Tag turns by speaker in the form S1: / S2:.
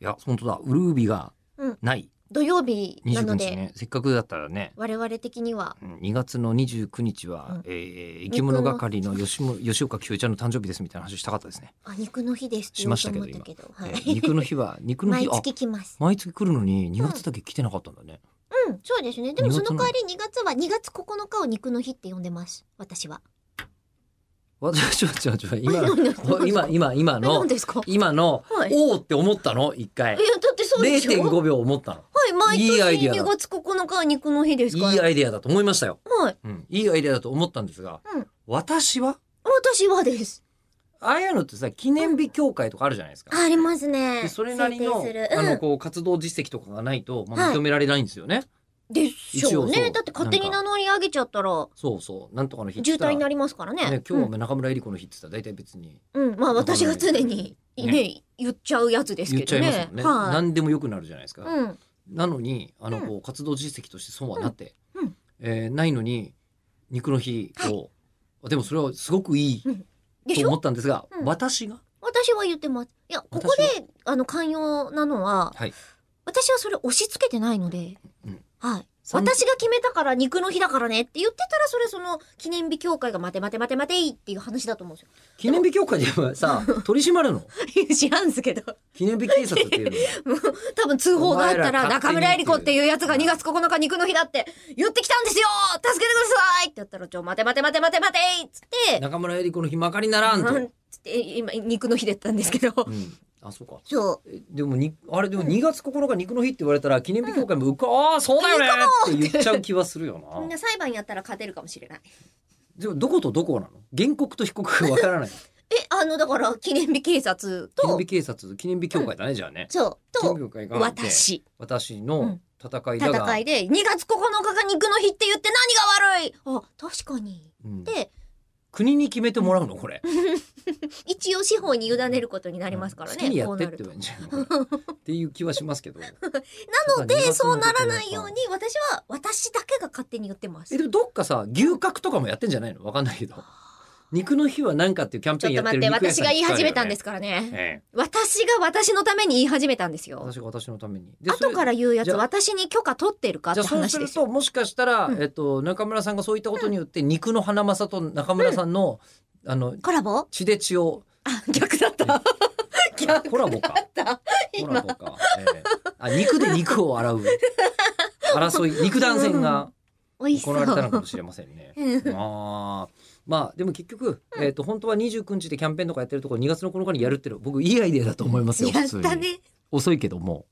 S1: いや本当だウルービが
S2: うん
S1: ない
S2: 土曜日な
S1: 29
S2: の
S1: 日
S2: で、
S1: ねせっかくだったらね
S2: 我々的には
S1: うん2月の29日は、
S2: うん
S1: えー生き物係の吉も吉岡清江ちゃんの誕生日ですみたいな話したかったですね。
S2: あ肉の日ですって
S1: しましたけど
S2: 言おうと思ったけど
S1: え
S2: は
S1: ー
S2: い、
S1: 肉の日 は肉の日
S2: 毎
S1: あ
S2: 月来ます
S1: 毎月来るのに2月だけ来てなかったんだね。
S2: うんそうですねでもその代わり2月は2月9日を肉の日って呼んでます私は
S1: 私はちょちょちょ今
S2: 何ですか
S1: の今今今
S2: え
S1: の
S2: 何ですかい
S1: 今の
S2: はい
S1: おおって思ったの一
S2: や
S1: 回
S2: だってそうでしょ
S1: 0.5秒思ったの
S2: はい毎
S1: いいアイデ
S2: 年
S1: アだ
S2: 2月9日は肉の日ですから
S1: いいアイデアだと思いましたよ。
S2: はい
S1: うん、いいアイデアだと思ったんですが、
S2: うん
S1: 私は
S2: 私はです
S1: ああいうのってさ記念日協会とかあるじゃないですか。
S2: ありますね
S1: でそれなり
S2: 制
S1: の,、
S2: 定するうん
S1: あのこう活動実績とかがないと、まあ、
S2: はい
S1: 認められないんですよね。
S2: でしょう
S1: 一応そ
S2: ね
S1: う
S2: だって勝手に名乗り上げちゃったら
S1: そうそうなんとかの日って言
S2: 渋
S1: った
S2: 滞
S1: ら
S2: になりますからね
S1: ね、今日は中村えり子の日って言ったら大体別に
S2: うん、うんまあ私が常にね言っちゃうやつです
S1: 言っ
S2: け
S1: ちゃ
S2: ど
S1: い
S2: ね
S1: ますもんね。
S2: はい、
S1: 何でもよくなるじゃないですか。
S2: うん
S1: なのにあのこう活動実績として損はなって、
S2: うんうん
S1: えーないのに肉の日
S2: は
S1: を、でもそれはすごくいい
S2: でし
S1: と
S2: ょ
S1: 思ったんですが、
S2: うん
S1: 私が
S2: 私は言ってます。いや、ここで、あの、寛容なのは、
S1: はい
S2: 私はそれ押し付けてないので、
S1: うん
S2: はい。
S1: さん
S2: 私が決めたから肉の日だからねって言ってたら、それその記念日協会が待て待て待て待ていっていう話だと思うんで
S1: 記念日協会ではさ取り締まるの
S2: す よ。いや 知らんすけど。
S1: 記念日警察っていうのは
S2: 多分通報があった
S1: お前ら
S2: ら、
S1: 勝手
S2: 中
S1: に
S2: 村えり子っていうやつが2月9日肉の日だって言ってきたんですよ助けてくださいってやったら、ちょ、待て待て待て待て待ていっつって、
S1: 中村えり子の日まかりならんと、
S2: うんつって今、肉の日だったんですけど
S1: う。ん、あそうか
S2: そう。
S1: えでもにあれでも2月9日肉の日って言われたら記念日協会もうか、ああそうだよねって言っちゃう気はするよ
S2: みん
S1: な
S2: な裁判やったら勝てるかもしれない。
S1: でもどことどこなの原告と被告がわ からない
S2: え、あの、だから、記念日警察
S1: 記念
S2: と
S1: 日、記念日警察記念日協会だね、じゃあね
S2: そう、
S1: 記念日
S2: と、
S1: 協会があって
S2: 私、
S1: 私の戦いだが、
S2: 戦いで、2月9日が肉の日って言って何が悪いあ、確かに。
S1: うん
S2: で、
S1: 国に決めてもらうのこれ
S2: 一応司法に委ねることになりますからね。
S1: 好きにや
S2: こ
S1: っ
S2: う
S1: て
S2: な
S1: って
S2: る
S1: 言え
S2: と
S1: ばいいんじゃないのこれ っていう気はし ますけどな
S2: なので、そうならないように、私は、私だけが勝手に言ってます。
S1: え
S2: ち
S1: でもどっかさ牛角とかもやってんじゃないのわかんない けど肉の日はなんかっていうキャンペ
S2: ょ
S1: ーン
S2: っ
S1: や
S2: と
S1: って
S2: 待っ
S1: る
S2: て、
S1: 肉屋
S2: 私
S1: さんに聞かれ
S2: が言い始
S1: るよ
S2: め
S1: ね
S2: たんですからね。
S1: ええ
S2: 私が私のために言い始めたんですよ。
S1: 私が私のためにでそ
S2: 後
S1: れ
S2: から言うや
S1: じ
S2: つ、
S1: ゃあ
S2: 私に許可取ってるかっ
S1: じゃ
S2: て
S1: あそうす
S2: 話で
S1: る
S2: すよ。
S1: ともしかしたら、
S2: うん
S1: えっと、中村さんがそういったことによって肉の花正と中村さんの、あの
S2: コラボ
S1: 血で血を
S2: あ、逆だ った。逆
S1: コラボか
S2: だった。
S1: コ
S2: 今
S1: ラボか、ええあ肉で肉を 洗う争い肉弾戦が
S2: 美味しそ
S1: 行われたのか
S2: う
S1: も。しれませんね。
S2: うん
S1: まあまあでも結局、えっと本当は29日でキャンペーンとかやってるところ2月の9日にやるっていうの僕いいアイデアだと思いますよ
S2: や
S1: 普
S2: っ
S1: 通
S2: た
S1: に
S2: ね。
S1: 遅いけども